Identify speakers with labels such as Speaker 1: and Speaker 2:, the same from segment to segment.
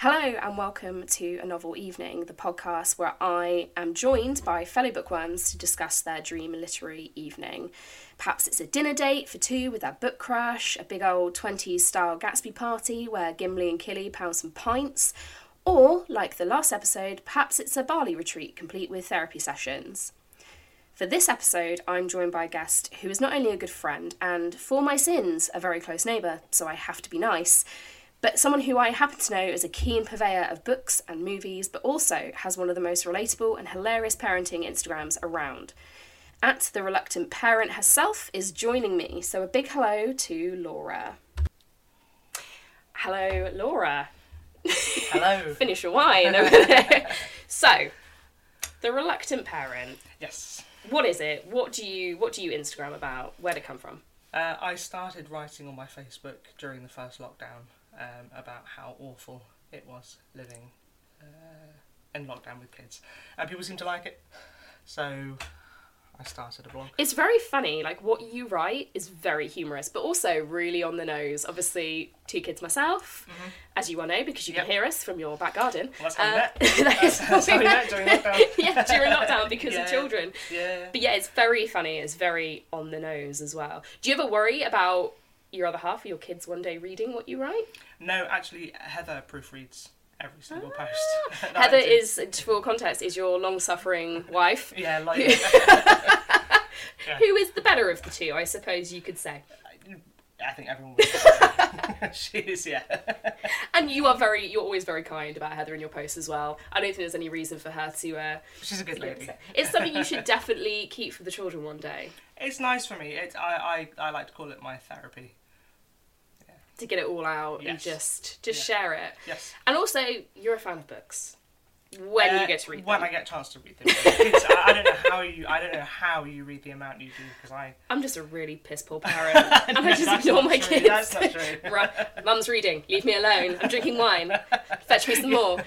Speaker 1: Hello and welcome to A Novel Evening, the podcast where I am joined by fellow bookworms to discuss their dream literary evening. Perhaps it's a dinner date for two with their book crush, a big old 20s style Gatsby party where Gimli and Killy pound some pints, or, like the last episode, perhaps it's a barley retreat complete with therapy sessions. For this episode, I'm joined by a guest who is not only a good friend and, for my sins, a very close neighbour, so I have to be nice but someone who I happen to know is a keen purveyor of books and movies, but also has one of the most relatable and hilarious parenting Instagrams around. At the reluctant parent herself is joining me, so a big hello to Laura. Hello, Laura.
Speaker 2: Hello.
Speaker 1: Finish your wine. over there. so, the reluctant parent.
Speaker 2: yes.
Speaker 1: What is it? What do you What do you Instagram about? Where did it come from?
Speaker 2: Uh, I started writing on my Facebook during the first lockdown um, about how awful it was living uh, in lockdown with kids. And people seemed to like it. So I started a blog.
Speaker 1: It's very funny. Like what you write is very humorous, but also really on the nose. Obviously, two kids myself, as you well know, because you
Speaker 2: Mm-hmm. Yep.
Speaker 1: can hear us from your back garden. Uh,
Speaker 2: Well, that's how we met.
Speaker 1: that is how
Speaker 2: That's
Speaker 1: we
Speaker 2: how we met
Speaker 1: met.
Speaker 2: during lockdown.
Speaker 1: yeah, during lockdown because
Speaker 2: Yeah.
Speaker 1: of children.
Speaker 2: Yeah.
Speaker 1: But yeah, it's very funny. It's very on the nose as well. Do you ever worry about your other half or your kids one day reading what you write?
Speaker 2: No, actually, Heather proofreads every single
Speaker 1: Ah.
Speaker 2: post. that I
Speaker 1: Heather
Speaker 2: do.
Speaker 1: is, for context, is your long-suffering wife,
Speaker 2: Yeah, like
Speaker 1: who is the better of the two, I suppose you could say.
Speaker 2: I think everyone would. she is, yeah.
Speaker 1: And you are very, you're always very kind about Heather in your posts as well. I don't think there's any reason for her to. Uh,
Speaker 2: She's a good lady.
Speaker 1: it's something you should definitely keep for the children one day
Speaker 2: It's nice for me. It's I, I, I like to call it my therapy.
Speaker 1: to get it all out and
Speaker 2: Yes.
Speaker 1: just just share it.
Speaker 2: Yes.
Speaker 1: And also, you're a fan of books. When
Speaker 2: Uh,
Speaker 1: you get to read
Speaker 2: when
Speaker 1: them,
Speaker 2: I get a chance to read them. It's- I, I don't know how you. I don't know how you read the amount you do because I.
Speaker 1: I'm just a really piss poor parent, and I just
Speaker 2: that's
Speaker 1: ignore
Speaker 2: not
Speaker 1: Oh my
Speaker 2: true,
Speaker 1: kids.
Speaker 2: that's not true.
Speaker 1: right, mum's reading. Leave me alone. I'm drinking wine. Fetch me some more.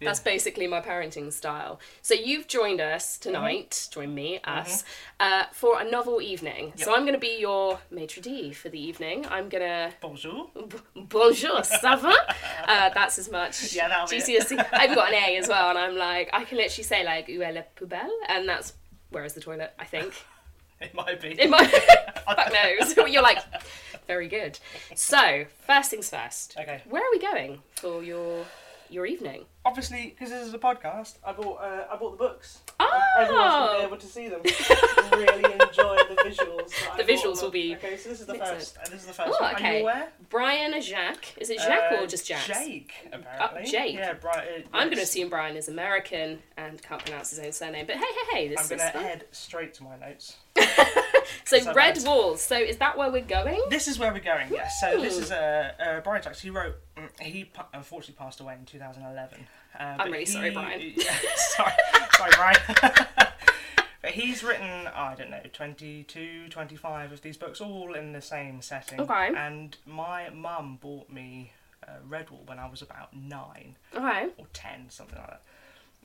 Speaker 1: That's basically my parenting style. So you've joined us tonight,
Speaker 2: Mm-hmm.
Speaker 1: join me, us, uh, for a novel evening. So I'm going to be your maitre d' for the evening. I'm going to
Speaker 2: Bonjour.
Speaker 1: bonjour, ça va? Uh, that's as much
Speaker 2: Yeah, that'll be it.
Speaker 1: GCSE. I've got an A as well, and I'm like, I can literally say like où est la poubelle, and that's where is the toilet? I think
Speaker 2: It might be.
Speaker 1: in my fuck knows. You're like, very good. So first things first.
Speaker 2: Okay.
Speaker 1: Where are we going for your your evening?
Speaker 2: Obviously, because this is a podcast, I bought. Uh, I bought the books. Everyone's gonna be
Speaker 1: Oh,
Speaker 2: able to see them. really enjoy the visuals. that I
Speaker 1: The visuals
Speaker 2: bought
Speaker 1: will be
Speaker 2: Okay, so this is the
Speaker 1: mixed
Speaker 2: first. and This is the first.
Speaker 1: Oh,
Speaker 2: one. Are
Speaker 1: okay.
Speaker 2: you aware?
Speaker 1: Brian and Jacques. Is it Jacques
Speaker 2: Uh,
Speaker 1: or just Jacques?
Speaker 2: Jake, apparently.
Speaker 1: Jake.
Speaker 2: Yeah, Brian. Yes.
Speaker 1: I'm going to assume Brian is American and can't pronounce his own surname. But hey, hey, hey, this
Speaker 2: I'm
Speaker 1: is
Speaker 2: gonna
Speaker 1: fun.
Speaker 2: head straight to my notes.
Speaker 1: So
Speaker 2: so
Speaker 1: red
Speaker 2: bad.
Speaker 1: walls. So is that where we're going?
Speaker 2: This is where we're going, yes. So this is uh, uh, Brian Jacks. He wrote. mm, He pa- unfortunately passed away in 2011. Uh, but
Speaker 1: really sorry, Brian.
Speaker 2: yeah, sorry, sorry, Brian. but he's written oh, I don't know 22, 25 of these books, all in the same setting.
Speaker 1: Okay.
Speaker 2: And my mum bought me uh, Redwall when I was about nine
Speaker 1: Okay.
Speaker 2: or ten, something like that.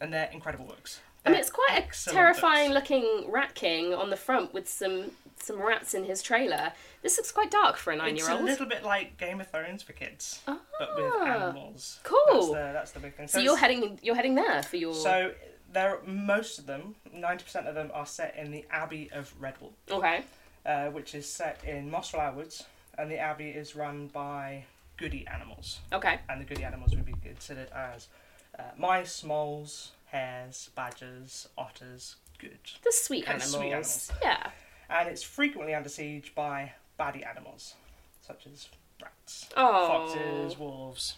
Speaker 2: And they're incredible books.
Speaker 1: I mean,
Speaker 2: They're
Speaker 1: it's quite a
Speaker 2: excellent
Speaker 1: terrifying
Speaker 2: books.
Speaker 1: looking rat king on the front with some some rats in his trailer. This looks quite dark for a nine
Speaker 2: It's
Speaker 1: year
Speaker 2: a
Speaker 1: old.
Speaker 2: little bit like Game of Thrones for kids, but with
Speaker 1: Ah,
Speaker 2: animals.
Speaker 1: cool.
Speaker 2: That's the, that's the big thing.
Speaker 1: So
Speaker 2: it's-
Speaker 1: you're heading you're heading there for your
Speaker 2: So there, most of them, ninety percent of them, are set in the Abbey of Redwall,
Speaker 1: okay.
Speaker 2: uh, which is set in Mossflower Woods, and the abbey is run by goody animals,
Speaker 1: Okay.
Speaker 2: and the goody animals would be considered as uh, mice, moles, hares, badgers, otters, good,
Speaker 1: The sweet
Speaker 2: Kinda
Speaker 1: animals.
Speaker 2: sweet
Speaker 1: Yeah.
Speaker 2: and it's frequently under siege by baddie animals, such as rats,
Speaker 1: Oh.
Speaker 2: foxes, wolves.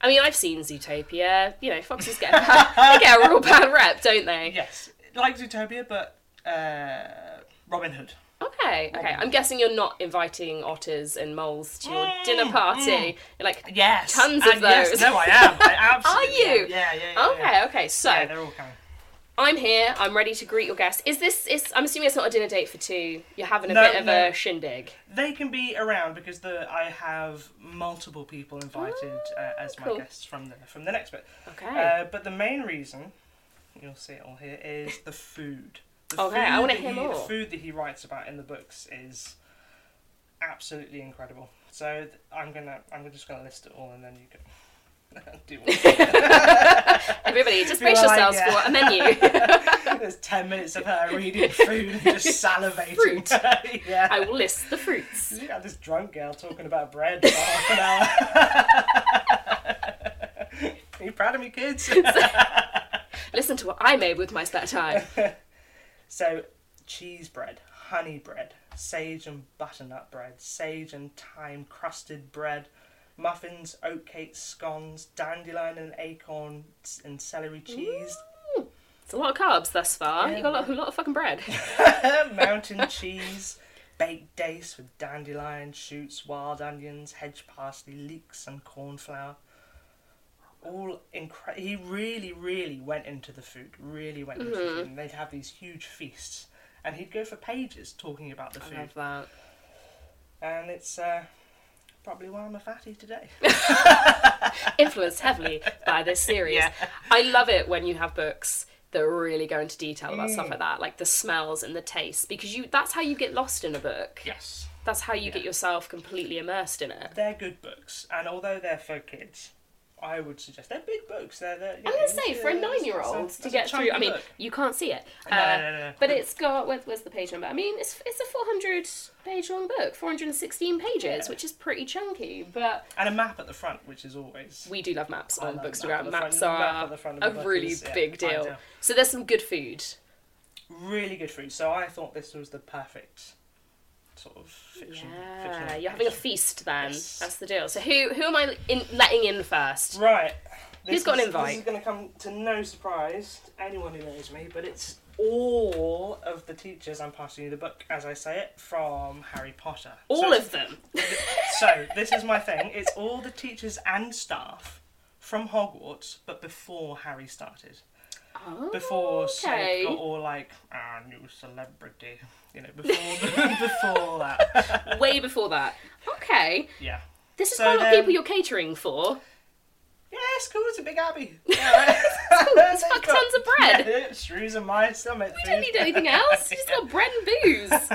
Speaker 1: I mean, I've seen Zootopia. You know, foxes get a bad, they get a real bad rep, don't they?
Speaker 2: Yes, like Zootopia, but uh, Robin Hood.
Speaker 1: Okay, okay. I'm guessing you're not inviting otters and moles to your
Speaker 2: Mm,
Speaker 1: dinner party. You're like,
Speaker 2: Yes,
Speaker 1: tons
Speaker 2: and
Speaker 1: of
Speaker 2: yes,
Speaker 1: those.
Speaker 2: no, I am. I
Speaker 1: Are
Speaker 2: absolutely
Speaker 1: you?
Speaker 2: am. Yeah, yeah, yeah.
Speaker 1: Okay,
Speaker 2: yeah.
Speaker 1: okay. So
Speaker 2: Yeah, they're all coming.
Speaker 1: I'm here. I'm ready to greet your guests. Is this? Is I'm assuming it's not a dinner date for two. You're having a
Speaker 2: No,
Speaker 1: bit of
Speaker 2: no.
Speaker 1: a shindig.
Speaker 2: They can be around because the I have multiple people invited uh, as my
Speaker 1: Oh, cool.
Speaker 2: guests from the from the next bit.
Speaker 1: Okay.
Speaker 2: Uh, but the main reason you'll see it all here is the food. The
Speaker 1: Okay, I
Speaker 2: food
Speaker 1: wanna
Speaker 2: that
Speaker 1: hear
Speaker 2: he- The
Speaker 1: more.
Speaker 2: food that he writes about in the books is absolutely incredible. So th- I'm gonna I'm just gonna list it all and then you can do what you
Speaker 1: Everybody, just
Speaker 2: People
Speaker 1: brace
Speaker 2: are like,
Speaker 1: yourselves
Speaker 2: yeah.
Speaker 1: for a menu.
Speaker 2: want. There's ten minutes of her reading food and just salivating.
Speaker 1: Fruit.
Speaker 2: yeah.
Speaker 1: I will list the fruits.
Speaker 2: You got this drunk girl talking about bread for half an hour. Are you proud of me, kids?
Speaker 1: Listen to what I made with my spare time.
Speaker 2: so, cheese bread, honey bread, sage and butternut bread, sage and thyme crusted bread, muffins, oatcakes, scones, dandelion and acorn, s- and celery cheese,
Speaker 1: It's a lot of carbs thus far. you got a lot, a lot of fucking bread.
Speaker 2: mountain cheese, baked dates with dandelion shoots, wild onions, hedge parsley, leeks, and cornflower. All incredible. He really, really went into the food. Really went into
Speaker 1: Mm-hmm.
Speaker 2: the food, and they'd have these huge feasts, and he'd go for pages talking about the food.
Speaker 1: that.
Speaker 2: And it's uh, probably why I'm a fatty today.
Speaker 1: Influenced heavily by this series. I love it when you have books that really go into detail about
Speaker 2: Mm.
Speaker 1: stuff like that, like the smells and the tastes, because you that's how you get lost in a book.
Speaker 2: yes,
Speaker 1: That's how you get yourself completely immersed in it.
Speaker 2: they're good books, and although they're for kids. I would suggest they're big books. They're, they're
Speaker 1: I'm gonna say for a nine-year-old to get through. I mean, uh, you can't see it,
Speaker 2: No, no, no, no, no.
Speaker 1: but it's got where, where's the page number? I mean, it's it's a 400 page long book, 416 pages, which is pretty chunky. But
Speaker 2: and a map at the front, which is always
Speaker 1: we do love maps on
Speaker 2: love
Speaker 1: Bookstagram.
Speaker 2: map. The
Speaker 1: maps
Speaker 2: front- map
Speaker 1: are
Speaker 2: at the front
Speaker 1: a
Speaker 2: of the book
Speaker 1: really
Speaker 2: is, yeah,
Speaker 1: big deal.
Speaker 2: ideal.
Speaker 1: So there's some good food.
Speaker 2: really good food. So I thought this was the perfect sort of fiction.
Speaker 1: Yeah,
Speaker 2: fictional
Speaker 1: Uh, you're having a
Speaker 2: fiction.
Speaker 1: feast then.
Speaker 2: Yes.
Speaker 1: That's the deal. So who who am I in, letting in first?
Speaker 2: Right. This
Speaker 1: Who's got an
Speaker 2: is-
Speaker 1: invite?
Speaker 2: This is going to come to no surprise to anyone who knows me, but it's all of the teachers. I'm passing you the book as I say it from Harry Potter.
Speaker 1: All
Speaker 2: so,
Speaker 1: of them.
Speaker 2: So this is my thing. It's all the teachers and staff from Hogwarts, but before Harry started. before
Speaker 1: Oh, Okay.
Speaker 2: Snape got all like ah new celebrity, you know, before before that,
Speaker 1: Way before that. Okay.
Speaker 2: yeah.
Speaker 1: This is
Speaker 2: So
Speaker 1: quite a lot of
Speaker 2: then-
Speaker 1: people you're catering for.
Speaker 2: Yeah, it's cool. It's a big abbey. Yeah, it's
Speaker 1: fuck tons of bread.
Speaker 2: Yeah, shrews and mice. I meant
Speaker 1: You don't need anything else. You just got bread and booze.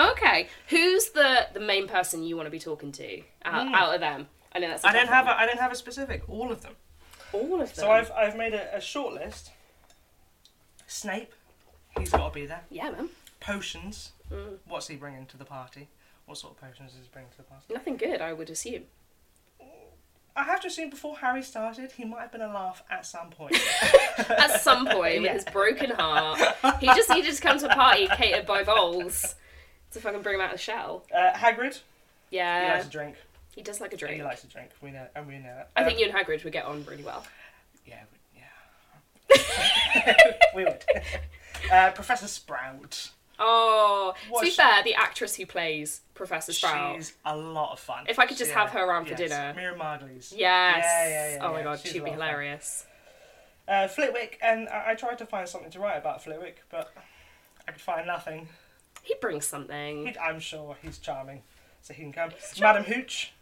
Speaker 1: Okay, who's the the main person you want to be talking to out, out of them? I know that's. I
Speaker 2: I don't have a, I don't have a specific. All of them.
Speaker 1: all of them.
Speaker 2: So I've I've made a, a short list. Snape, he's got to be there.
Speaker 1: Yeah, man.
Speaker 2: Potions.
Speaker 1: Mm.
Speaker 2: What's he bringing to the party? What sort of potions is he bringing to the party?
Speaker 1: Nothing good, I would assume.
Speaker 2: I have to assume before Harry started, he might have been a laugh at some point.
Speaker 1: At some point, with his broken heart, he just needed to come to a party catered by Voles to fucking bring him out of the shell.
Speaker 2: uh, Hagrid, he
Speaker 1: Yeah,
Speaker 2: likes to drink.
Speaker 1: he does like a
Speaker 2: He
Speaker 1: drink.
Speaker 2: likes to drink. We know, and we know that.
Speaker 1: I
Speaker 2: Um,
Speaker 1: think you and Hagrid would get on really well.
Speaker 2: Yeah, we, yeah. we would. Uh, Professor Sprout.
Speaker 1: Oh, to be
Speaker 2: she-
Speaker 1: fair, the actress who plays Professor Sprout.
Speaker 2: She's a lot of fun.
Speaker 1: If I could just have her around for
Speaker 2: yes.
Speaker 1: dinner.
Speaker 2: Mira
Speaker 1: Yes.
Speaker 2: Margolyes. Yeah, yeah, yeah,
Speaker 1: oh my
Speaker 2: yeah.
Speaker 1: god,
Speaker 2: She's
Speaker 1: she'd
Speaker 2: a
Speaker 1: be
Speaker 2: lot of fun.
Speaker 1: hilarious.
Speaker 2: Uh, Flitwick, and I, I tried to find something to write about Flitwick, but I could find nothing.
Speaker 1: He brings something.
Speaker 2: He- I'm sure he's charming, so he can come. Madam Hooch.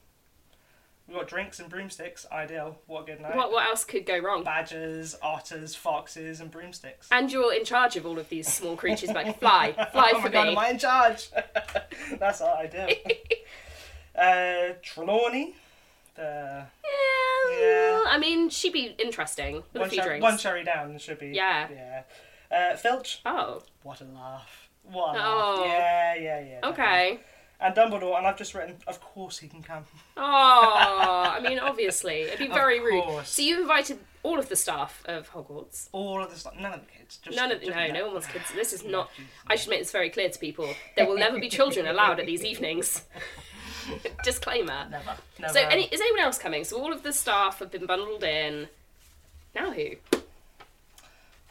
Speaker 2: We've got drinks and broomsticks. Ideal. What a good night.
Speaker 1: What what else could go wrong?
Speaker 2: Badgers, otters, foxes, and broomsticks.
Speaker 1: And you're in charge of all of these small creatures. Like fly, fly
Speaker 2: Oh
Speaker 1: for
Speaker 2: my god, am
Speaker 1: me.
Speaker 2: I in charge? That's our idea. uh, Trelawney, the
Speaker 1: Yeah. I mean, she'd be interesting with
Speaker 2: one,
Speaker 1: a few
Speaker 2: cher-
Speaker 1: drinks.
Speaker 2: one cherry down should be.
Speaker 1: Yeah.
Speaker 2: Yeah. Uh, Filch,
Speaker 1: oh,
Speaker 2: what a laugh. What a
Speaker 1: Oh.
Speaker 2: laugh. Yeah, yeah, yeah. definitely.
Speaker 1: okay.
Speaker 2: And Dumbledore, and I've just written, of course he can come.
Speaker 1: Oh, I mean, obviously, it'd be very rude.
Speaker 2: course.
Speaker 1: So you invited all of the staff of Hogwarts.
Speaker 2: All of the stuff, none of the kids. Just,
Speaker 1: None of
Speaker 2: just
Speaker 1: no,
Speaker 2: me.
Speaker 1: no one wants kids. This is not. I should make this very clear to people. There will never be children allowed at these evenings. Disclaimer.
Speaker 2: Never. Never.
Speaker 1: So, any, is anyone else coming? So, all of the staff have been bundled in. Now who?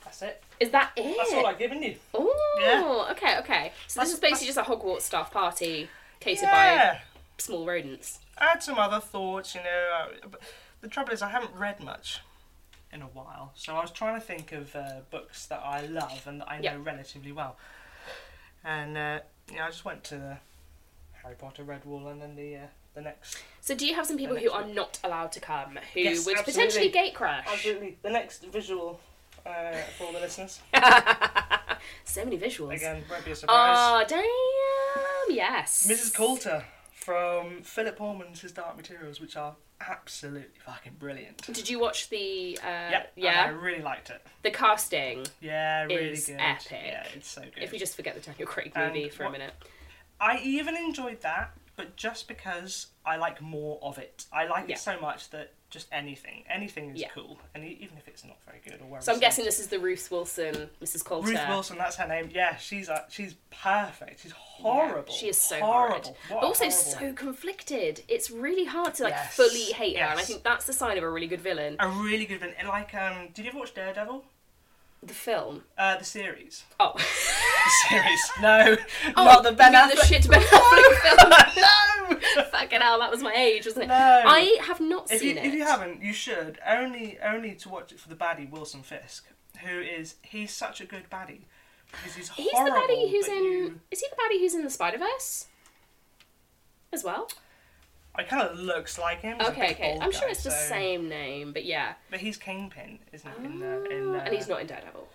Speaker 2: That's it.
Speaker 1: Is that it?
Speaker 2: That's all I've given you.
Speaker 1: Oh,
Speaker 2: Yeah.
Speaker 1: okay, okay. So this
Speaker 2: That's-
Speaker 1: is basically
Speaker 2: that's-
Speaker 1: just a Hogwarts staff party catered by
Speaker 2: Yeah.
Speaker 1: small rodents.
Speaker 2: I had some other thoughts, you know. uh, But the trouble is, I haven't read much in a while, so I was trying to think of uh, books that I love and that I know
Speaker 1: Yeah.
Speaker 2: relatively well. And uh, you know, I just went to the Harry Potter, Red Wall, and then the uh, the next.
Speaker 1: So do you have some people who
Speaker 2: next
Speaker 1: are not allowed to come who
Speaker 2: Yes,
Speaker 1: would
Speaker 2: absolutely.
Speaker 1: potentially gate crash?
Speaker 2: Absolutely, the next visual uh, for the listeners.
Speaker 1: So many visuals.
Speaker 2: Again, won't be a surprise.
Speaker 1: Oh damn! Yes.
Speaker 2: Mrs. Coulter from Philip Horman's His Dark Materials, which are absolutely fucking brilliant.
Speaker 1: Did you watch the? Uh,
Speaker 2: Yep, and
Speaker 1: Yeah.
Speaker 2: I really liked it.
Speaker 1: The casting.
Speaker 2: Yeah, really
Speaker 1: Is
Speaker 2: good.
Speaker 1: epic.
Speaker 2: Yeah, it's so good.
Speaker 1: If we just forget the Daniel Craig
Speaker 2: And
Speaker 1: movie for a
Speaker 2: what-
Speaker 1: minute.
Speaker 2: I even enjoyed that, but just because I like more of it. I like
Speaker 1: Yeah.
Speaker 2: it so much that just anything, anything is
Speaker 1: Yeah.
Speaker 2: cool, and e- even if it's not very good or
Speaker 1: So I'm guessing uh, this is the Ruth Wilson, Mrs. Coulter.
Speaker 2: Ruth Wilson, that's her name. Yeah, she's uh, she's perfect. She's horrible.
Speaker 1: She is so horrid.
Speaker 2: horrible.
Speaker 1: But
Speaker 2: What a
Speaker 1: also
Speaker 2: horrible-
Speaker 1: so conflicted. It's really hard to like
Speaker 2: Yes,
Speaker 1: fully hate her, and I
Speaker 2: yes. Uh,
Speaker 1: think that's the sign of a really good villain.
Speaker 2: a really good villain. And Like, um, did you ever watch Daredevil?
Speaker 1: The film.
Speaker 2: Uh, the series.
Speaker 1: Oh.
Speaker 2: The series. No, not the Ben
Speaker 1: You mean the
Speaker 2: Affleck.
Speaker 1: shit Ben Affleck film.
Speaker 2: no.
Speaker 1: Fucking hell, that was my age, wasn't it?
Speaker 2: No.
Speaker 1: I have not
Speaker 2: if
Speaker 1: seen
Speaker 2: you,
Speaker 1: it.
Speaker 2: If you haven't, you should. Only only to watch it for the baddie Wilson Fisk, who is he's such a good baddie because he's
Speaker 1: He's
Speaker 2: horrible.
Speaker 1: the baddie who's
Speaker 2: but
Speaker 1: in.
Speaker 2: you-
Speaker 1: Is he the baddie who's in the Spider Verse? As well.
Speaker 2: It kind of looks like him. He's a
Speaker 1: okay,
Speaker 2: big
Speaker 1: okay.
Speaker 2: bald
Speaker 1: I'm sure
Speaker 2: guy,
Speaker 1: it's the
Speaker 2: so-
Speaker 1: same name, but yeah.
Speaker 2: But he's Kingpin, isn't he? In the, in
Speaker 1: Oh,
Speaker 2: the,
Speaker 1: and he's not in Daredevil.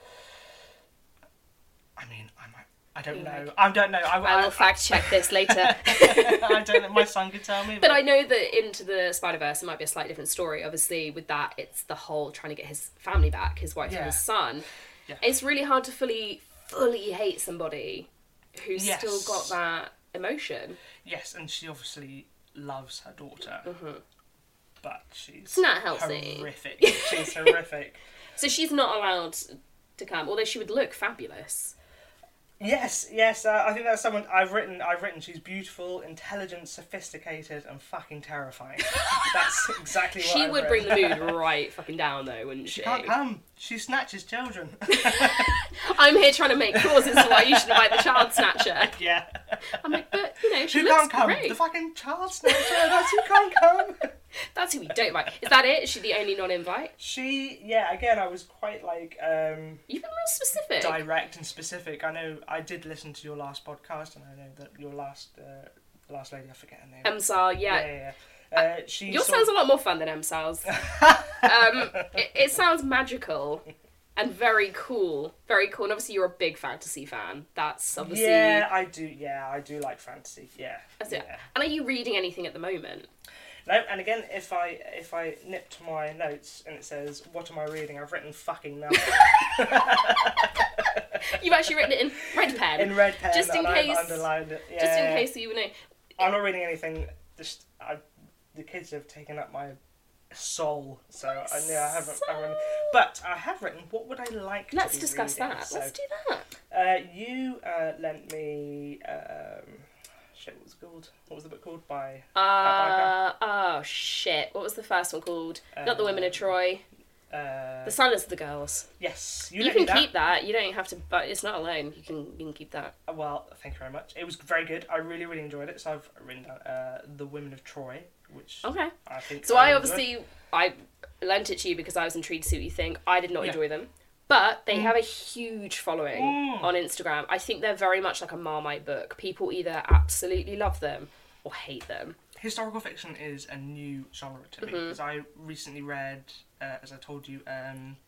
Speaker 2: I mean, I might. I don't know. I don't know. I,
Speaker 1: I will fact check this later.
Speaker 2: I don't know. My son could tell me.
Speaker 1: But I know that into the Spider Verse, it might be a slightly different story. Obviously, with that, it's the whole trying to get his family back, his wife and
Speaker 2: Yeah.
Speaker 1: his son.
Speaker 2: Yeah.
Speaker 1: It's really hard to fully, fully hate somebody who's
Speaker 2: Yes.
Speaker 1: still got that emotion.
Speaker 2: Yes, and she obviously loves her daughter. But she's
Speaker 1: Mm-hmm. not healthy.
Speaker 2: Horrific. She's horrific.
Speaker 1: So she's not allowed to come, although she would look fabulous.
Speaker 2: Yes, yes. Uh, I think that's someone I've written. I've written. She's beautiful, intelligent, sophisticated, and fucking terrifying. that's exactly what
Speaker 1: She
Speaker 2: I've
Speaker 1: would bring
Speaker 2: written.
Speaker 1: the mood right fucking down, though, wouldn't she?
Speaker 2: She can't come. She snatches children.
Speaker 1: I'm here trying to make clauses to why you should invite the child snatcher.
Speaker 2: yeah.
Speaker 1: I'm like, but you know, she
Speaker 2: Who
Speaker 1: looks
Speaker 2: can't come?
Speaker 1: great.
Speaker 2: The fucking child snatcher. That's who can't come.
Speaker 1: That's who we don't invite. Is that it? Is she the only non-invite?
Speaker 2: She. Yeah. Again, I was quite like um,
Speaker 1: You've been real specific.
Speaker 2: direct and specific. I know. I did listen to your last podcast, and I know that your last uh, last lady. I forget her name.
Speaker 1: Emsal,
Speaker 2: yeah,
Speaker 1: yeah,
Speaker 2: yeah. yeah. Uh, she
Speaker 1: Yours
Speaker 2: sort
Speaker 1: sounds
Speaker 2: of-
Speaker 1: a lot more fun than Emsal's. um, it, it sounds magical and very cool. Very cool. And obviously, you're a big fantasy fan. That's obviously.
Speaker 2: Yeah, I do. Yeah, I do like fantasy. Yeah.
Speaker 1: that's it.
Speaker 2: yeah.
Speaker 1: And are you reading anything at the moment?
Speaker 2: No, and again, if I if I nipped my notes and it says, "What am I reading?" I've written fucking nothing
Speaker 1: You've actually written it in red pen.
Speaker 2: in red pen,
Speaker 1: Just in
Speaker 2: and
Speaker 1: case.
Speaker 2: I've underlined it. Yeah,
Speaker 1: Just in case you know.
Speaker 2: I'm not reading anything. Just I, the kids have taken up my soul, so I know I haven't. I haven't but I have written. What would I like?
Speaker 1: Let's
Speaker 2: to be
Speaker 1: discuss
Speaker 2: reading,
Speaker 1: that.
Speaker 2: so-
Speaker 1: Let's do that.
Speaker 2: Uh, you uh, lent me. Um, shit, what was it called? What was the book called? By. Uh,
Speaker 1: Uh, oh shit! What was the first one called? Not the Women of Troy.
Speaker 2: Um, uh,
Speaker 1: The Silence of the Girls.
Speaker 2: yes, you,
Speaker 1: You,
Speaker 2: lent
Speaker 1: can
Speaker 2: me that.
Speaker 1: keep that. You don't have to. But it's not alone. You can you can keep that.
Speaker 2: Well, thank you very much. It was very good. I really, really enjoyed it. So I've written down uh, The Women of Troy, which
Speaker 1: Okay.
Speaker 2: I think.
Speaker 1: So I
Speaker 2: enjoyed.
Speaker 1: obviously I lent it to you because I was intrigued to see what you think. I did not
Speaker 2: Yeah. Mm.
Speaker 1: enjoy them, but they have a huge following on Instagram. I think they're very much like a Marmite book. People either absolutely love them or hate them.
Speaker 2: Historical fiction is a new genre to
Speaker 1: Mm-hmm.
Speaker 2: me because I recently read, uh, as I told you, um,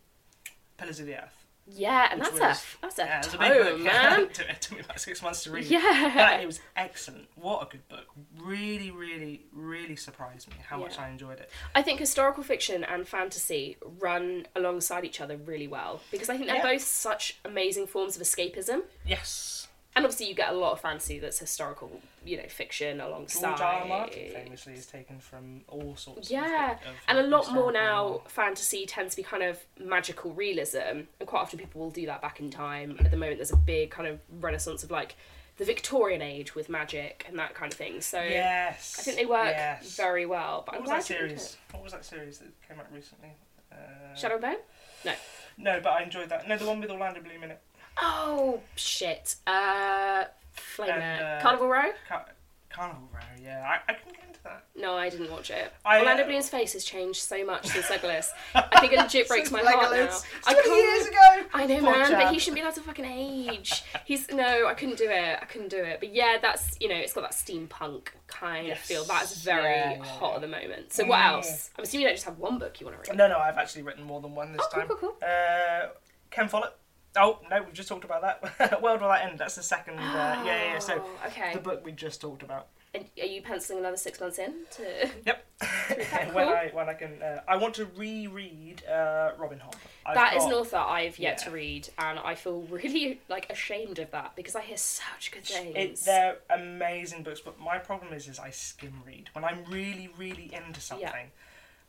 Speaker 2: Pillars of the Earth.
Speaker 1: Yeah, and
Speaker 2: which
Speaker 1: that's a
Speaker 2: was-
Speaker 1: that's a
Speaker 2: yeah, it was
Speaker 1: tome,
Speaker 2: big book. Yeah.
Speaker 1: man.
Speaker 2: it took- it took me about six months to read.
Speaker 1: Yeah.
Speaker 2: But it was excellent. What a good book. Really, really, really surprised me how much
Speaker 1: Yeah.
Speaker 2: I enjoyed it.
Speaker 1: I think historical fiction and fantasy run alongside each other really well because I think they're
Speaker 2: Yeah.
Speaker 1: both such amazing forms of escapism.
Speaker 2: Yes.
Speaker 1: And obviously, you get a lot of fantasy that's historical, you know, fiction alongside.
Speaker 2: George R. R. Martin famously is taken from all sorts of
Speaker 1: Yeah,
Speaker 2: of
Speaker 1: and a lot more
Speaker 2: historical-
Speaker 1: now. Fantasy tends to be kind of magical realism, and quite often people will do that back in time. At the moment, there's a big kind of renaissance of like the the Victorian age with magic and that kind of thing. So
Speaker 2: Yes.
Speaker 1: I think they work
Speaker 2: yes.
Speaker 1: very well. But I'm
Speaker 2: What was
Speaker 1: glad
Speaker 2: that
Speaker 1: you enjoyed it.
Speaker 2: series? What was that series that came out recently? Uh,
Speaker 1: Shadow and Bone? No.
Speaker 2: no, but I enjoyed that. No, the one with Orlando Bloom in it.
Speaker 1: Oh shit. Uh, flame
Speaker 2: And,
Speaker 1: it.
Speaker 2: uh,
Speaker 1: Carnival Row?
Speaker 2: Car- Carnival Row. Yeah, I, I can get into that.
Speaker 1: No, I didn't watch it.
Speaker 2: I, uh,
Speaker 1: Orlando Bloom's face has changed so much since Legolas. I think it legit breaks my heart now.
Speaker 2: Legolas.
Speaker 1: I
Speaker 2: 20
Speaker 1: can't-
Speaker 2: years ago.
Speaker 1: I know,
Speaker 2: Poor
Speaker 1: man,
Speaker 2: chap.
Speaker 1: but he shouldn't be allowed to fucking age. He's no, I couldn't do it. I couldn't do it. But yeah, that's you know, it's got that steampunk kind of
Speaker 2: Yes.
Speaker 1: feel. That's very
Speaker 2: Yeah, yeah,
Speaker 1: hot at the moment. So what else? I'm assuming you don't just have one book you want to read.
Speaker 2: No, no, I've actually written more than one this
Speaker 1: Oh, cool,
Speaker 2: time.
Speaker 1: cool, cool.
Speaker 2: Uh, Ken Follett. Oh no, we've just talked about that. World Will That End? That's the second. Uh, yeah, yeah, yeah. So
Speaker 1: Oh, okay.
Speaker 2: the book we just talked about.
Speaker 1: And are you penciling another six months in to?
Speaker 2: Yep. when I when I can, uh, I want to reread uh, Robin Hood. I've
Speaker 1: That is
Speaker 2: got-
Speaker 1: an author I've yet
Speaker 2: yeah.
Speaker 1: to read, and I feel really like ashamed of that because I hear such good
Speaker 2: It,
Speaker 1: things.
Speaker 2: they're amazing books, but my problem is, is I skim read. When I'm really, really into something,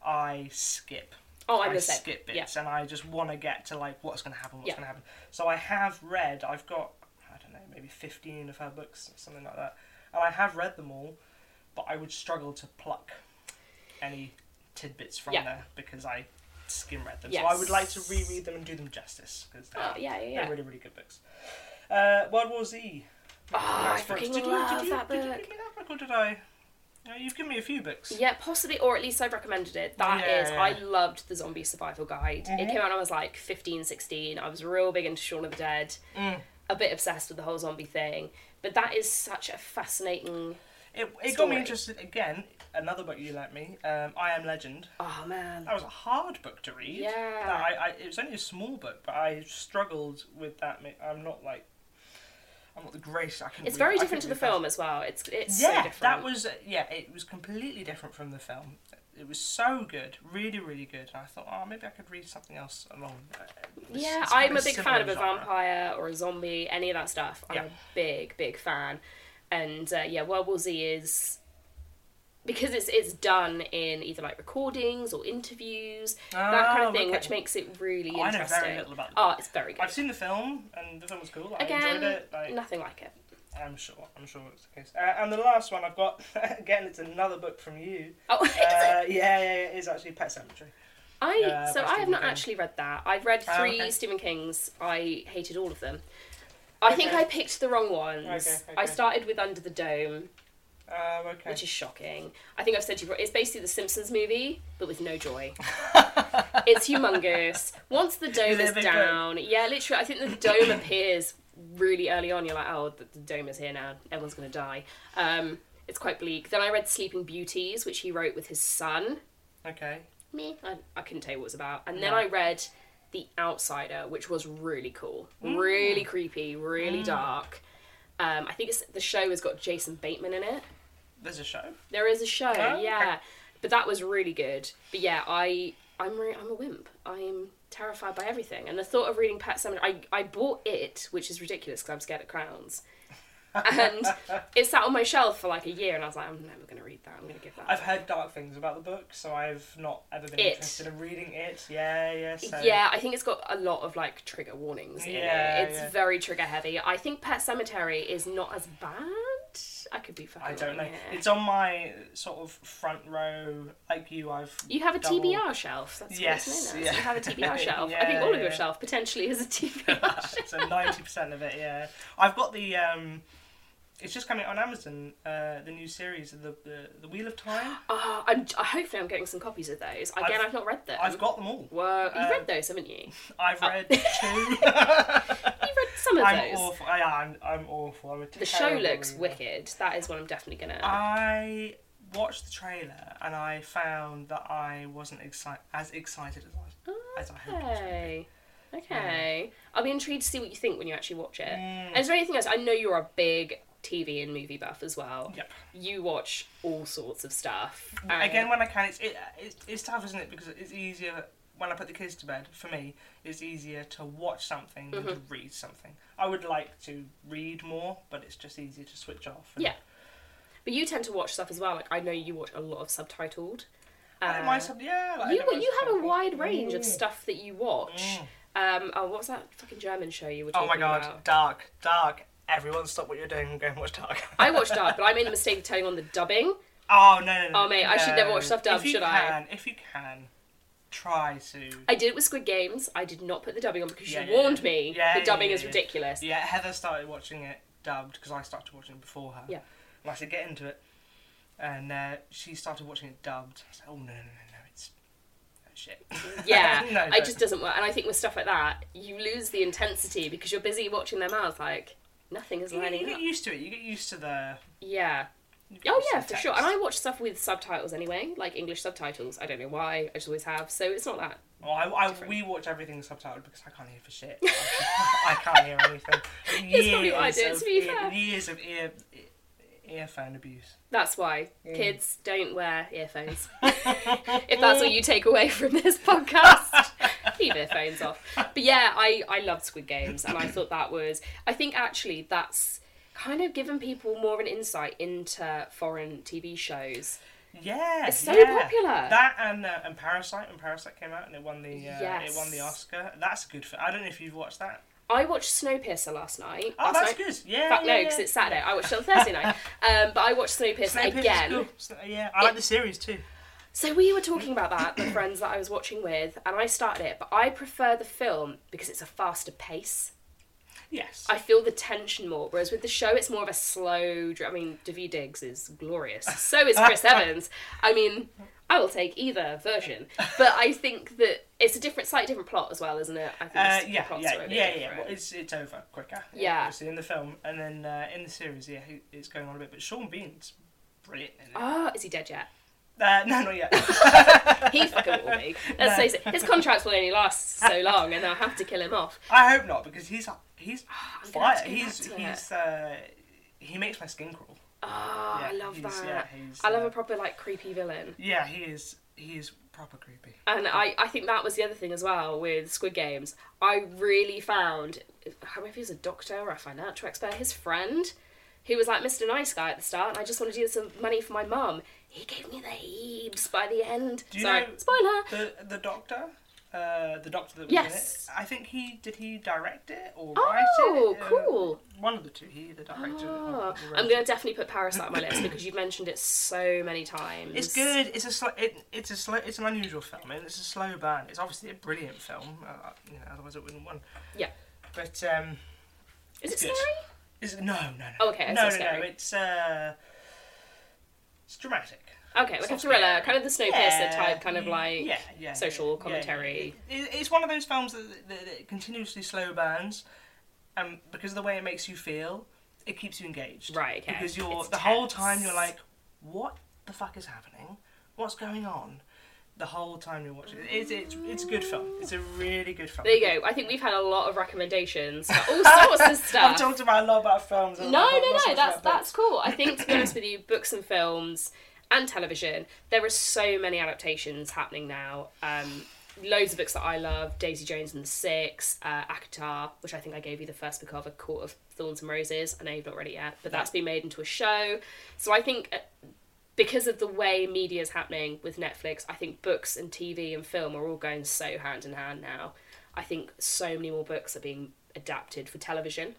Speaker 2: I skip.
Speaker 1: Oh, I'm
Speaker 2: I
Speaker 1: the same.
Speaker 2: skip
Speaker 1: Yeah.
Speaker 2: bits, and I just want to get to like what's going to happen, what's
Speaker 1: Yeah.
Speaker 2: going to happen. So I have read. I've got I don't know, maybe fifteen of her books, something like that, and I have read them all, but I would struggle to pluck any tidbits from
Speaker 1: Yeah.
Speaker 2: there because I skim read them. So I would like to reread them and do them justice because they're,
Speaker 1: Oh, yeah, yeah, yeah.
Speaker 2: they're really, really good books. Uh, World War Z.
Speaker 1: I
Speaker 2: Max Brooks.
Speaker 1: fucking
Speaker 2: did you,
Speaker 1: love
Speaker 2: did you,
Speaker 1: that
Speaker 2: Did you
Speaker 1: book.
Speaker 2: give me that book or did I? No, you've given me a few books.
Speaker 1: Yeah, possibly, or at least I've recommended it. That is,
Speaker 2: Yeah, yeah. Uh-huh.
Speaker 1: I loved the Zombie Survival Guide. It came out when I was like 15, 16. I was real big into Shaun of the Dead,
Speaker 2: Mm.
Speaker 1: a bit obsessed with the whole zombie thing. But that is such a fascinating.
Speaker 2: It, it got
Speaker 1: Story.
Speaker 2: me interested again. Another book you lent me, um, I Am Legend.
Speaker 1: Oh man.
Speaker 2: That was a hard book to read.
Speaker 1: Yeah.
Speaker 2: That I, I, it was only a small book, but I struggled with that. mi- I'm not like, I'm not the greatest. I couldn't
Speaker 1: It's
Speaker 2: read-
Speaker 1: very
Speaker 2: I
Speaker 1: different to the
Speaker 2: couldn't read
Speaker 1: film as well. It's it's
Speaker 2: fast. Yeah,
Speaker 1: so different.
Speaker 2: that was yeah. It was completely different from the film. It was so good, really, really good. And I thought, oh, maybe I could read something else along. uh, this-
Speaker 1: Yeah,
Speaker 2: this kind
Speaker 1: I'm a big fan of a
Speaker 2: similar genre.
Speaker 1: vampire or a zombie, any of that stuff. I'm
Speaker 2: Yeah.
Speaker 1: a big, big fan. And uh, yeah, World War Z is because it's it's done in either like recordings or interviews, that kind
Speaker 2: Oh,
Speaker 1: of thing,
Speaker 2: okay. Oh,
Speaker 1: which makes it really
Speaker 2: I know very
Speaker 1: interesting.
Speaker 2: little about the
Speaker 1: oh,
Speaker 2: book.
Speaker 1: it's very good.
Speaker 2: I've seen the film, and the film was cool. I
Speaker 1: Again,
Speaker 2: enjoyed it. Like,
Speaker 1: nothing like it.
Speaker 2: I'm sure. I'm sure it's the case. Uh, and the last one I've got, again, it's another book from you.
Speaker 1: Oh,
Speaker 2: uh,
Speaker 1: is
Speaker 2: yeah, yeah, yeah, it is actually Pet Cemetery.
Speaker 1: I
Speaker 2: Uh,
Speaker 1: so I
Speaker 2: by
Speaker 1: have
Speaker 2: Stephen
Speaker 1: not
Speaker 2: King.
Speaker 1: actually read that. I've read
Speaker 2: Oh,
Speaker 1: three
Speaker 2: okay.
Speaker 1: Stephen Kings. I hated all of them. I think
Speaker 2: Okay.
Speaker 1: I picked the wrong ones.
Speaker 2: Okay,
Speaker 1: I
Speaker 2: okay.
Speaker 1: started with Under the Dome,
Speaker 2: Um, okay.
Speaker 1: which is shocking. I think I've said to you before, it's basically the Simpsons movie, but with no joy. it's humongous. Once the dome
Speaker 2: Is it a
Speaker 1: is
Speaker 2: big dome?
Speaker 1: down, yeah, literally, I think the dome appears really early on. You're like, oh, the, the dome is here now. Everyone's going to die. Um, it's quite bleak. Then I read Sleeping Beauties, which he wrote with his son.
Speaker 2: okay.
Speaker 1: Me, I, I couldn't tell you what it was about. And then I read The Outsider, which was really cool, really creepy, really dark. Um, I think it's the show has got Jason Bateman in it.
Speaker 2: There's a show.
Speaker 1: There is a show,
Speaker 2: Oh, okay.
Speaker 1: yeah. But that was really good. But yeah, I I'm re- I'm a wimp. I'm terrified by everything. And the thought of reading Pet Sematary, I I bought it, which is ridiculous because I'm scared of crowns. and it sat on my shelf for like a year, and I was like, I'm never gonna read that. I'm gonna give that.
Speaker 2: I've heard dark things about the book, so I've not ever been
Speaker 1: It.
Speaker 2: interested in reading it. Yeah, yeah. So.
Speaker 1: Yeah, I think it's got a lot of like trigger warnings in
Speaker 2: Yeah,
Speaker 1: it. It's
Speaker 2: yeah.
Speaker 1: very trigger heavy. I think Pet Cemetery is not as bad. I could be fucking.
Speaker 2: I don't know.
Speaker 1: wrong here.
Speaker 2: It's on my sort of front row, like you. I've
Speaker 1: You have a
Speaker 2: double-
Speaker 1: TBR shelf. That's
Speaker 2: Yes,
Speaker 1: what it's known as.
Speaker 2: yeah.
Speaker 1: You have a TBR shelf. I
Speaker 2: Yeah,
Speaker 1: think all of your
Speaker 2: yeah.
Speaker 1: shelf potentially is a TBR shelf.
Speaker 2: so ninety percent of it, yeah. I've got the. um It's just coming on Amazon. Uh, the new series of the the, the Wheel of Time.
Speaker 1: Oh, I'm, I- hopefully, I'm getting some copies of those. Again, I've,
Speaker 2: I've-
Speaker 1: not read them.
Speaker 2: I've got them all.
Speaker 1: Whoa, you've
Speaker 2: Um,
Speaker 1: read those, haven't you? You've
Speaker 2: I've read two.
Speaker 1: read some of
Speaker 2: I'm
Speaker 1: those.
Speaker 2: awful. I, I'm, I'm awful. I'm a
Speaker 1: The show
Speaker 2: terrible Um,
Speaker 1: looks
Speaker 2: reader.
Speaker 1: wicked. That is what I'm definitely gonna.
Speaker 2: I watched the trailer and I found that I wasn't exci- as excited as I, as I hoped. I was.
Speaker 1: Okay. Okay. I'll be intrigued to see what you think when you actually watch it.
Speaker 2: Mm.
Speaker 1: And is there anything else? I know you're a big TV and movie buff as well.
Speaker 2: Yep.
Speaker 1: You watch all sorts of stuff.
Speaker 2: Again, when I can, it's it, it's it's tough, isn't it? Because it's easier when I put the kids to bed. For me, it's easier to watch something than to
Speaker 1: Mm-hmm.
Speaker 2: read something. I would like to read more, but it's just easier to switch off. and-
Speaker 1: Yeah. But you tend to watch stuff as well. Like I know you watch a lot of subtitled.
Speaker 2: I don't mind some- yeah. Like, I
Speaker 1: You
Speaker 2: don't mind
Speaker 1: you have a
Speaker 2: something.
Speaker 1: wide range of stuff that you watch. Um, oh, what was that fucking German show you were
Speaker 2: Mm. Oh
Speaker 1: talking
Speaker 2: my god,
Speaker 1: about?
Speaker 2: dark, dark. everyone stop what you're doing and go and watch Dark.
Speaker 1: I watched Dark, but I made the mistake of turning on the dubbing.
Speaker 2: oh no, no, no.
Speaker 1: Oh, mate, I should
Speaker 2: no.
Speaker 1: never watch stuff dubbed,
Speaker 2: If you
Speaker 1: should I?
Speaker 2: can, If you can, try to.
Speaker 1: I did it with Squid Games. I did not put the dubbing on because
Speaker 2: Yeah,
Speaker 1: you
Speaker 2: yeah,
Speaker 1: warned
Speaker 2: yeah.
Speaker 1: me
Speaker 2: Yeah,
Speaker 1: the
Speaker 2: yeah,
Speaker 1: dubbing
Speaker 2: yeah,
Speaker 1: is
Speaker 2: yeah.
Speaker 1: ridiculous.
Speaker 2: Yeah, Heather started watching it dubbed because I started watching it before her.
Speaker 1: Yeah.
Speaker 2: And I said, get into it. And uh, she started watching it dubbed. I said, oh, no, no, no, no, it's oh, shit.
Speaker 1: Yeah,
Speaker 2: No,
Speaker 1: I
Speaker 2: don't.
Speaker 1: just doesn't work. And I think with stuff like that, you lose the intensity because you're busy watching their mouths. Like nothing is
Speaker 2: you, you
Speaker 1: lining
Speaker 2: get
Speaker 1: up.
Speaker 2: used to it. You get used to the.
Speaker 1: Yeah.
Speaker 2: get
Speaker 1: Oh
Speaker 2: used to
Speaker 1: yeah,
Speaker 2: the
Speaker 1: for sure. And
Speaker 2: text.
Speaker 1: I watch stuff with subtitles anyway, like English subtitles. I don't know why. I just always have. So it's not that.
Speaker 2: Oh, I, I, we watch everything subtitled because I can't hear for shit. I can't hear anything.
Speaker 1: It's probably what I do,
Speaker 2: Years
Speaker 1: to be
Speaker 2: of ear-
Speaker 1: fair.
Speaker 2: Years of ear, earphone abuse.
Speaker 1: That's why
Speaker 2: Mm.
Speaker 1: kids don't wear earphones. if that's all you take away from this podcast, leave earphones off. But yeah, I, I loved Squid Games and I thought that was, I think actually that's kind of given people more of an insight into foreign TV shows.
Speaker 2: Yeah,
Speaker 1: It's so
Speaker 2: yeah.
Speaker 1: popular.
Speaker 2: That and uh, and Parasite and Parasite came out and it won the uh, it won the
Speaker 1: Yes.
Speaker 2: Oscar. That's good for. I don't know if you've watched that.
Speaker 1: I watched Snowpiercer last night.
Speaker 2: Oh,
Speaker 1: last
Speaker 2: that's
Speaker 1: night.
Speaker 2: good. Yeah,
Speaker 1: Fuck
Speaker 2: yeah,
Speaker 1: no,
Speaker 2: yeah.
Speaker 1: because it's Saturday. I watched it on Thursday night. Um, but I watched Snowpiercer,
Speaker 2: Snowpiercer's
Speaker 1: again.
Speaker 2: good. Sn- Yeah, I like the series too.
Speaker 1: So we were talking about that, the friends that I was watching with, and I started it, but I prefer the film because it's a faster pace.
Speaker 2: Yes.
Speaker 1: I feel the tension more. Whereas with the show, it's more of a slow. dra- I mean, David Diggs is glorious. So is Chris Evans. I mean, I will take either version. But I think that it's a different, slightly different plot as well, isn't it? I think
Speaker 2: Uh,
Speaker 1: it's- the
Speaker 2: yeah,
Speaker 1: plot's
Speaker 2: yeah,
Speaker 1: really
Speaker 2: yeah, yeah.
Speaker 1: different.
Speaker 2: Well, it's it's over quicker.
Speaker 1: Yeah.
Speaker 2: Obviously in the film and then uh, in the series, yeah, he- it's going on a bit. But Sean Bean's brilliant. In it.
Speaker 1: Ah, is he dead yet? Oh.
Speaker 2: Uh, no, not yet.
Speaker 1: He fucking will be. Let's face it, his contract will only last so long, and they'll have to kill him off.
Speaker 2: I hope not because he's he's
Speaker 1: Ah, gonna have
Speaker 2: fire.
Speaker 1: to go
Speaker 2: He's
Speaker 1: back to
Speaker 2: he's uh, he makes my skin crawl.
Speaker 1: Oh, I
Speaker 2: Yeah,
Speaker 1: love
Speaker 2: he's-
Speaker 1: that.
Speaker 2: yeah, he's,
Speaker 1: I love
Speaker 2: uh,
Speaker 1: a proper like creepy villain.
Speaker 2: Yeah, he is he is proper creepy.
Speaker 1: And I, I think that was the other thing as well with Squid Games. I really found, I don't know if he was a doctor or a financial expert, his friend, who was like Mr. Nice Guy at the start, and I just want to do some money for my mum. He gave me the heaps by the end.
Speaker 2: Do you
Speaker 1: Sorry,
Speaker 2: know
Speaker 1: spoiler.
Speaker 2: the the doctor? Uh, the doctor that was
Speaker 1: Yes.
Speaker 2: in it. I think he did he direct it or write
Speaker 1: Oh,
Speaker 2: it. Uh,
Speaker 1: cool.
Speaker 2: One of the two. He either directed it. Or
Speaker 1: Oh,
Speaker 2: or wrote
Speaker 1: I'm
Speaker 2: it.
Speaker 1: going to definitely put Parasite on my list because you've mentioned it so many times.
Speaker 2: It's good. It's a slow. It, it's a slow. It's an unusual film, and it's a slow burn. It's obviously a brilliant film. Uh, you know, otherwise it wouldn't win.
Speaker 1: Yeah.
Speaker 2: But um,
Speaker 1: Is it
Speaker 2: It's
Speaker 1: scary?
Speaker 2: good. is it, no, no, no.
Speaker 1: Oh, okay, it's
Speaker 2: No,
Speaker 1: not
Speaker 2: no, no.
Speaker 1: scary.
Speaker 2: It's uh, it's dramatic.
Speaker 1: Okay, like
Speaker 2: It's
Speaker 1: a
Speaker 2: not
Speaker 1: thriller,
Speaker 2: scary.
Speaker 1: kind of the Snowpiercer type, kind of
Speaker 2: y-
Speaker 1: like
Speaker 2: yeah, yeah,
Speaker 1: social
Speaker 2: yeah, yeah,
Speaker 1: commentary.
Speaker 2: yeah. It- it's one of those films that, that, that continuously slow burns, and because of the way it makes you feel, it keeps you engaged.
Speaker 1: Right, okay.
Speaker 2: Because you're
Speaker 1: It's
Speaker 2: the whole
Speaker 1: tense.
Speaker 2: time you're like, what the fuck is happening? What's going on? The whole time you're watching it, it's it's, it's a good film. It's a really good film.
Speaker 1: There you go. I think we've had a lot of recommendations for all sorts of stuff.
Speaker 2: I've talked about a lot about films. and
Speaker 1: No,
Speaker 2: not-
Speaker 1: no,
Speaker 2: not so
Speaker 1: no.
Speaker 2: much
Speaker 1: That's
Speaker 2: about books.
Speaker 1: that's cool. I think to be honest with you, books and films and television, there are so many adaptations happening now. Um, loads of books that I love: Daisy Jones and the Six, uh, Akatar, which I think I gave you the first book of, A Court of Thorns and Roses. I know you've not read it yet, but that's been made into a show. So I think. uh, Because of the way media is happening with Netflix, I think books and TV and film are all going so hand in hand now. I think so many more books are being adapted for television,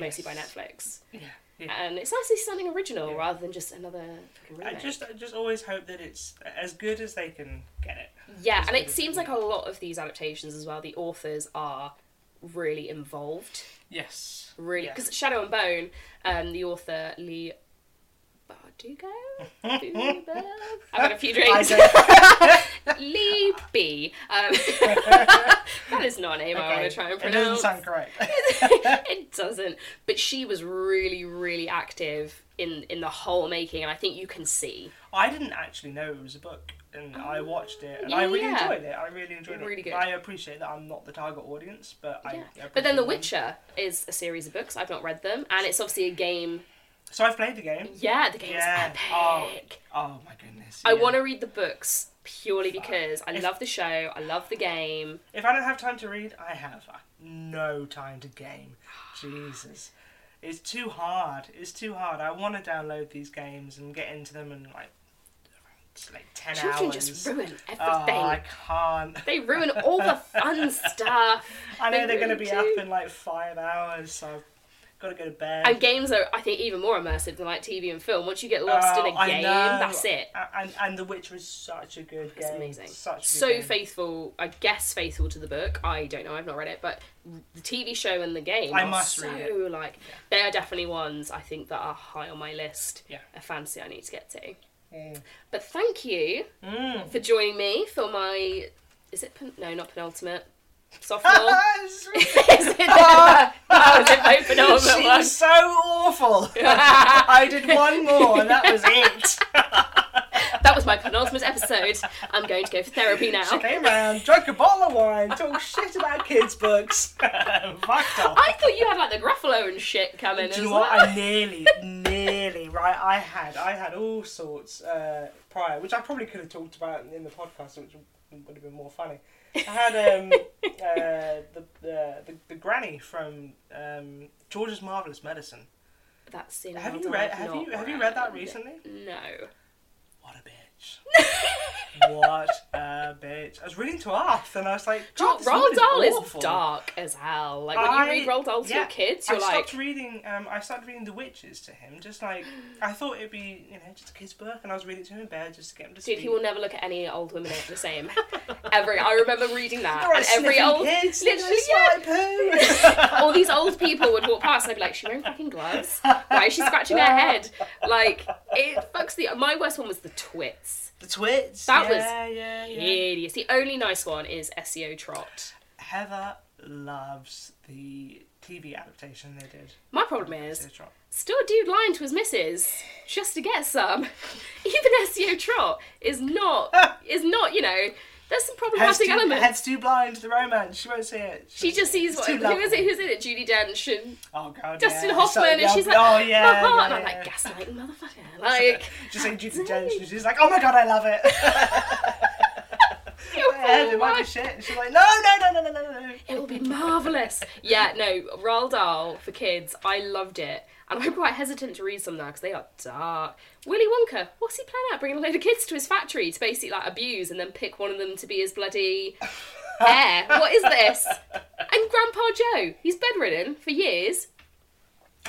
Speaker 1: mostly by Netflix
Speaker 2: Yeah.
Speaker 1: and it's actually something original rather than just another fucking
Speaker 2: I
Speaker 1: remake.
Speaker 2: just, I just always hope that it's as good as they can get it.
Speaker 1: yeah, and it seems like a lot of these adaptations as well. The authors are really involved,
Speaker 2: Yes.
Speaker 1: really because Shadow and Bone, um, the author Lee Bardugo, I've had a few drinks. Lee B. Um, that is not a name I want to try and
Speaker 2: It
Speaker 1: pronounce.
Speaker 2: doesn't sound correct.
Speaker 1: it doesn't but she was really really active in in the whole making and i think you can see
Speaker 2: I didn't actually know it was a book, and I watched it, and I
Speaker 1: Oh. yeah,
Speaker 2: really
Speaker 1: yeah.
Speaker 2: enjoyed it. I really enjoyed
Speaker 1: Really
Speaker 2: it.
Speaker 1: good.
Speaker 2: I appreciate that I'm not the target audience, but I.
Speaker 1: Yeah.
Speaker 2: I
Speaker 1: But then The
Speaker 2: appreciate
Speaker 1: Witcher is a series of books. I've not read them, and it's obviously a game.
Speaker 2: it. So I've played the game.
Speaker 1: Yeah, the game's
Speaker 2: Yeah.
Speaker 1: epic.
Speaker 2: Oh, oh my goodness.
Speaker 1: I
Speaker 2: yeah.
Speaker 1: want to read the books purely because I love the show. I love the game.
Speaker 2: If I don't have time to read, I have no time to game. Jesus. It's too hard. It's too hard. I want to download these games and get into them and like, it's like ten
Speaker 1: Children
Speaker 2: hours.
Speaker 1: just ruin everything.
Speaker 2: Oh, I can't.
Speaker 1: They ruin all the fun stuff.
Speaker 2: I know
Speaker 1: They
Speaker 2: they're going to
Speaker 1: really
Speaker 2: be
Speaker 1: do.
Speaker 2: up in like five hours, so Gotta go to bed.
Speaker 1: And games are, I think, even more immersive than like TV and film. Once you get lost in
Speaker 2: Oh, I
Speaker 1: a game,
Speaker 2: know.
Speaker 1: that's it.
Speaker 2: A- And, and The Witcher is such a good
Speaker 1: It's
Speaker 2: game.
Speaker 1: amazing.
Speaker 2: Such a good
Speaker 1: so
Speaker 2: game.
Speaker 1: faithful, I guess faithful to the book. I don't know. I've not read it, but the TV show and the game.
Speaker 2: I
Speaker 1: are
Speaker 2: must
Speaker 1: so,
Speaker 2: read it.
Speaker 1: Like they are definitely ones I think that are high on my list.
Speaker 2: Yeah. Mm.
Speaker 1: A fancy I need to get to. But thank you for joining me for my. Is it pen, no, not penultimate. Sophomore.
Speaker 2: That's really-
Speaker 1: is it? that was it. my penultimate
Speaker 2: She
Speaker 1: one.
Speaker 2: was so awful. I did one more and that was it.
Speaker 1: That was my penultimate episode. I'm going to go for therapy now.
Speaker 2: She came round, drank a bottle of wine, talked shit about kids' books. Fucked off.
Speaker 1: I thought you had like the Gruffalo and shit coming.
Speaker 2: Do
Speaker 1: as
Speaker 2: you know
Speaker 1: well.
Speaker 2: what? I nearly, nearly, right? I had, I had all sorts uh, prior, which I probably could have talked about in the podcast, which would have been more funny. I had um, uh, the, the, the the granny from um, George's Marvelous Medicine.
Speaker 1: That's in
Speaker 2: Have you
Speaker 1: Elder
Speaker 2: read?
Speaker 1: I've
Speaker 2: Have
Speaker 1: not
Speaker 2: you have you read that recently?
Speaker 1: No.
Speaker 2: What a bitch. what a bitch. I was reading to Arth and I was like, God, this
Speaker 1: Roald
Speaker 2: woman's
Speaker 1: Dahl is
Speaker 2: awful.
Speaker 1: dark as hell. Like when
Speaker 2: I-
Speaker 1: you read Roald Dahl to
Speaker 2: yeah,
Speaker 1: your kids, you're
Speaker 2: I
Speaker 1: like,
Speaker 2: stopped reading. Um, I started reading The Witches to him. Just like I thought it'd be, you know, just a kid's book, and I was reading it to him in bed just to get him to
Speaker 1: dude,
Speaker 2: sleep.
Speaker 1: he will never look at any old woman the same. every I remember reading that,
Speaker 2: All right,
Speaker 1: and every
Speaker 2: sniffing
Speaker 1: old
Speaker 2: kids,
Speaker 1: literally,
Speaker 2: sniffing slight poo.
Speaker 1: yeah, all these old people would walk past, and I'd be like, "She wearing fucking gloves? Why is she scratching her head? Like it fucks the." My worst one was the twits.
Speaker 2: the twits.
Speaker 1: That
Speaker 2: yeah,
Speaker 1: was
Speaker 2: yeah, yeah.
Speaker 1: Hideous. The only nice one is SEO Trot.
Speaker 2: Heather loves the TV adaptation they did.
Speaker 1: My problem is,
Speaker 2: So Trot.
Speaker 1: still a dude lying to his missus just to get some. Even SEO Trot is not is not you know. There's some
Speaker 2: Heads
Speaker 1: problematic
Speaker 2: too,
Speaker 1: elements.
Speaker 2: heads too blind to the romance. She won't see it.
Speaker 1: she just sees what
Speaker 2: It's too
Speaker 1: who is
Speaker 2: lovely.
Speaker 1: it? Who's in it? Judy Dench and
Speaker 2: Oh god,
Speaker 1: Dustin
Speaker 2: yeah.
Speaker 1: Hoffman,
Speaker 2: So
Speaker 1: and she's like,
Speaker 2: lovely. oh yeah,
Speaker 1: my heart,
Speaker 2: yeah,
Speaker 1: and I'm like,
Speaker 2: yeah.
Speaker 1: gaslighting motherfucker. Like,
Speaker 2: Just saying Judy Dench, and she's like, oh my god, I love it. yeah, it might be shit. And she's like, no, no, no, no, no, no, no.
Speaker 1: it will be marvelous. yeah, no, Roald Dahl for kids. I loved it, and I'm quite hesitant to read some now because they are dark. Willy Wonka, what's he planning out? Bringing a load of kids to his factory to basically like abuse and then pick one of them to be his bloody heir. What is this? And Grandpa Joe, he's bedridden for years.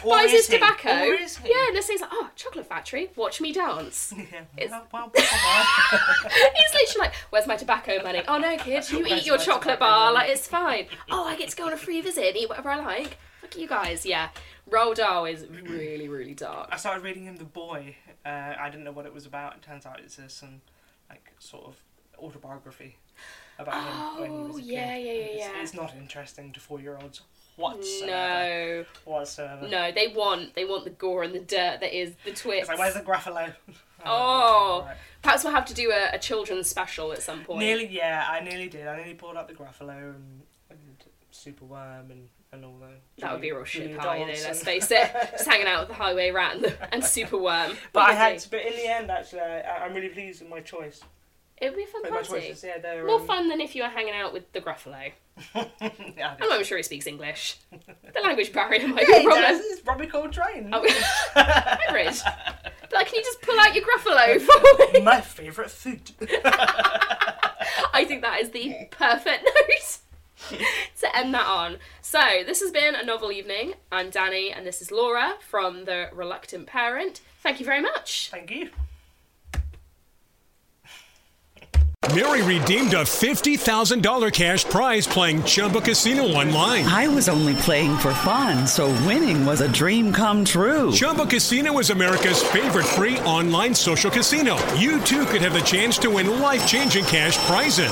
Speaker 2: Or
Speaker 1: buys his
Speaker 2: is he?
Speaker 1: tobacco.
Speaker 2: Or is he?
Speaker 1: Yeah, and this thing's like, oh, chocolate factory, watch me dance.
Speaker 2: Yeah. Wow, wow, wow, wow.
Speaker 1: He's literally like, "Where's my tobacco money?" Oh no, kid, you eat
Speaker 2: Where's
Speaker 1: your
Speaker 2: my
Speaker 1: chocolate
Speaker 2: tobacco
Speaker 1: bar.
Speaker 2: money?
Speaker 1: Like it's fine. Oh, I get to go on a free visit and eat whatever I like. Fuck you guys. Yeah, Roald Dahl is really, really dark.
Speaker 2: I started reading him The Boy. Uh, I didn't know what it was about. It turns out it's uh, some like sort of autobiography about him when he was
Speaker 1: Oh,
Speaker 2: a
Speaker 1: yeah,
Speaker 2: kid.
Speaker 1: yeah, yeah,
Speaker 2: It's-
Speaker 1: yeah.
Speaker 2: It's, not interesting to four-year-olds whatsoever.
Speaker 1: No,
Speaker 2: Whatsoever.
Speaker 1: no, they want they want the gore and the dirt that is the
Speaker 2: It's
Speaker 1: twits.
Speaker 2: like, where's the Gruffalo?
Speaker 1: Oh,
Speaker 2: right.
Speaker 1: perhaps we'll have to do a, a children's special at some point.
Speaker 2: Nearly, yeah, I nearly did. I nearly pulled up the Gruffalo and, and Superworm and, and all those.
Speaker 1: That would be a real
Speaker 2: Julia
Speaker 1: shit pie, you know,
Speaker 2: Donaldson.
Speaker 1: let's face it. Just hanging out with the highway rat and, the, and superworm.
Speaker 2: But I
Speaker 1: What
Speaker 2: had,
Speaker 1: is
Speaker 2: but in the end, actually, I, I'm really pleased with my choice.
Speaker 1: it? It'd be a fun
Speaker 2: With my
Speaker 1: party.
Speaker 2: choices, yeah, they're
Speaker 1: More
Speaker 2: um,
Speaker 1: fun than if you were hanging out with the Gruffalo.
Speaker 2: yeah, I
Speaker 1: I'm
Speaker 2: did.
Speaker 1: not even sure he speaks English. The language barrier might
Speaker 2: Yeah,
Speaker 1: be a
Speaker 2: he
Speaker 1: problem.
Speaker 2: does. It's Robbie Coltrane.
Speaker 1: Oh, Irish. But, Like, can you just pull out your Gruffalo for me?
Speaker 2: My favourite food.
Speaker 1: I think that is the perfect note to end that on. So, this has been a novel evening. I'm Danny, and this is Laura from The Reluctant Parent. Thank you very much.
Speaker 2: Thank you.
Speaker 3: Mary redeemed a $50,000 cash prize playing Chumba Casino online.
Speaker 4: I was only playing for fun, so winning was a dream come true.
Speaker 3: Chumba Casino is America's favorite free online social casino. You too could have the chance to win life changing cash prizes.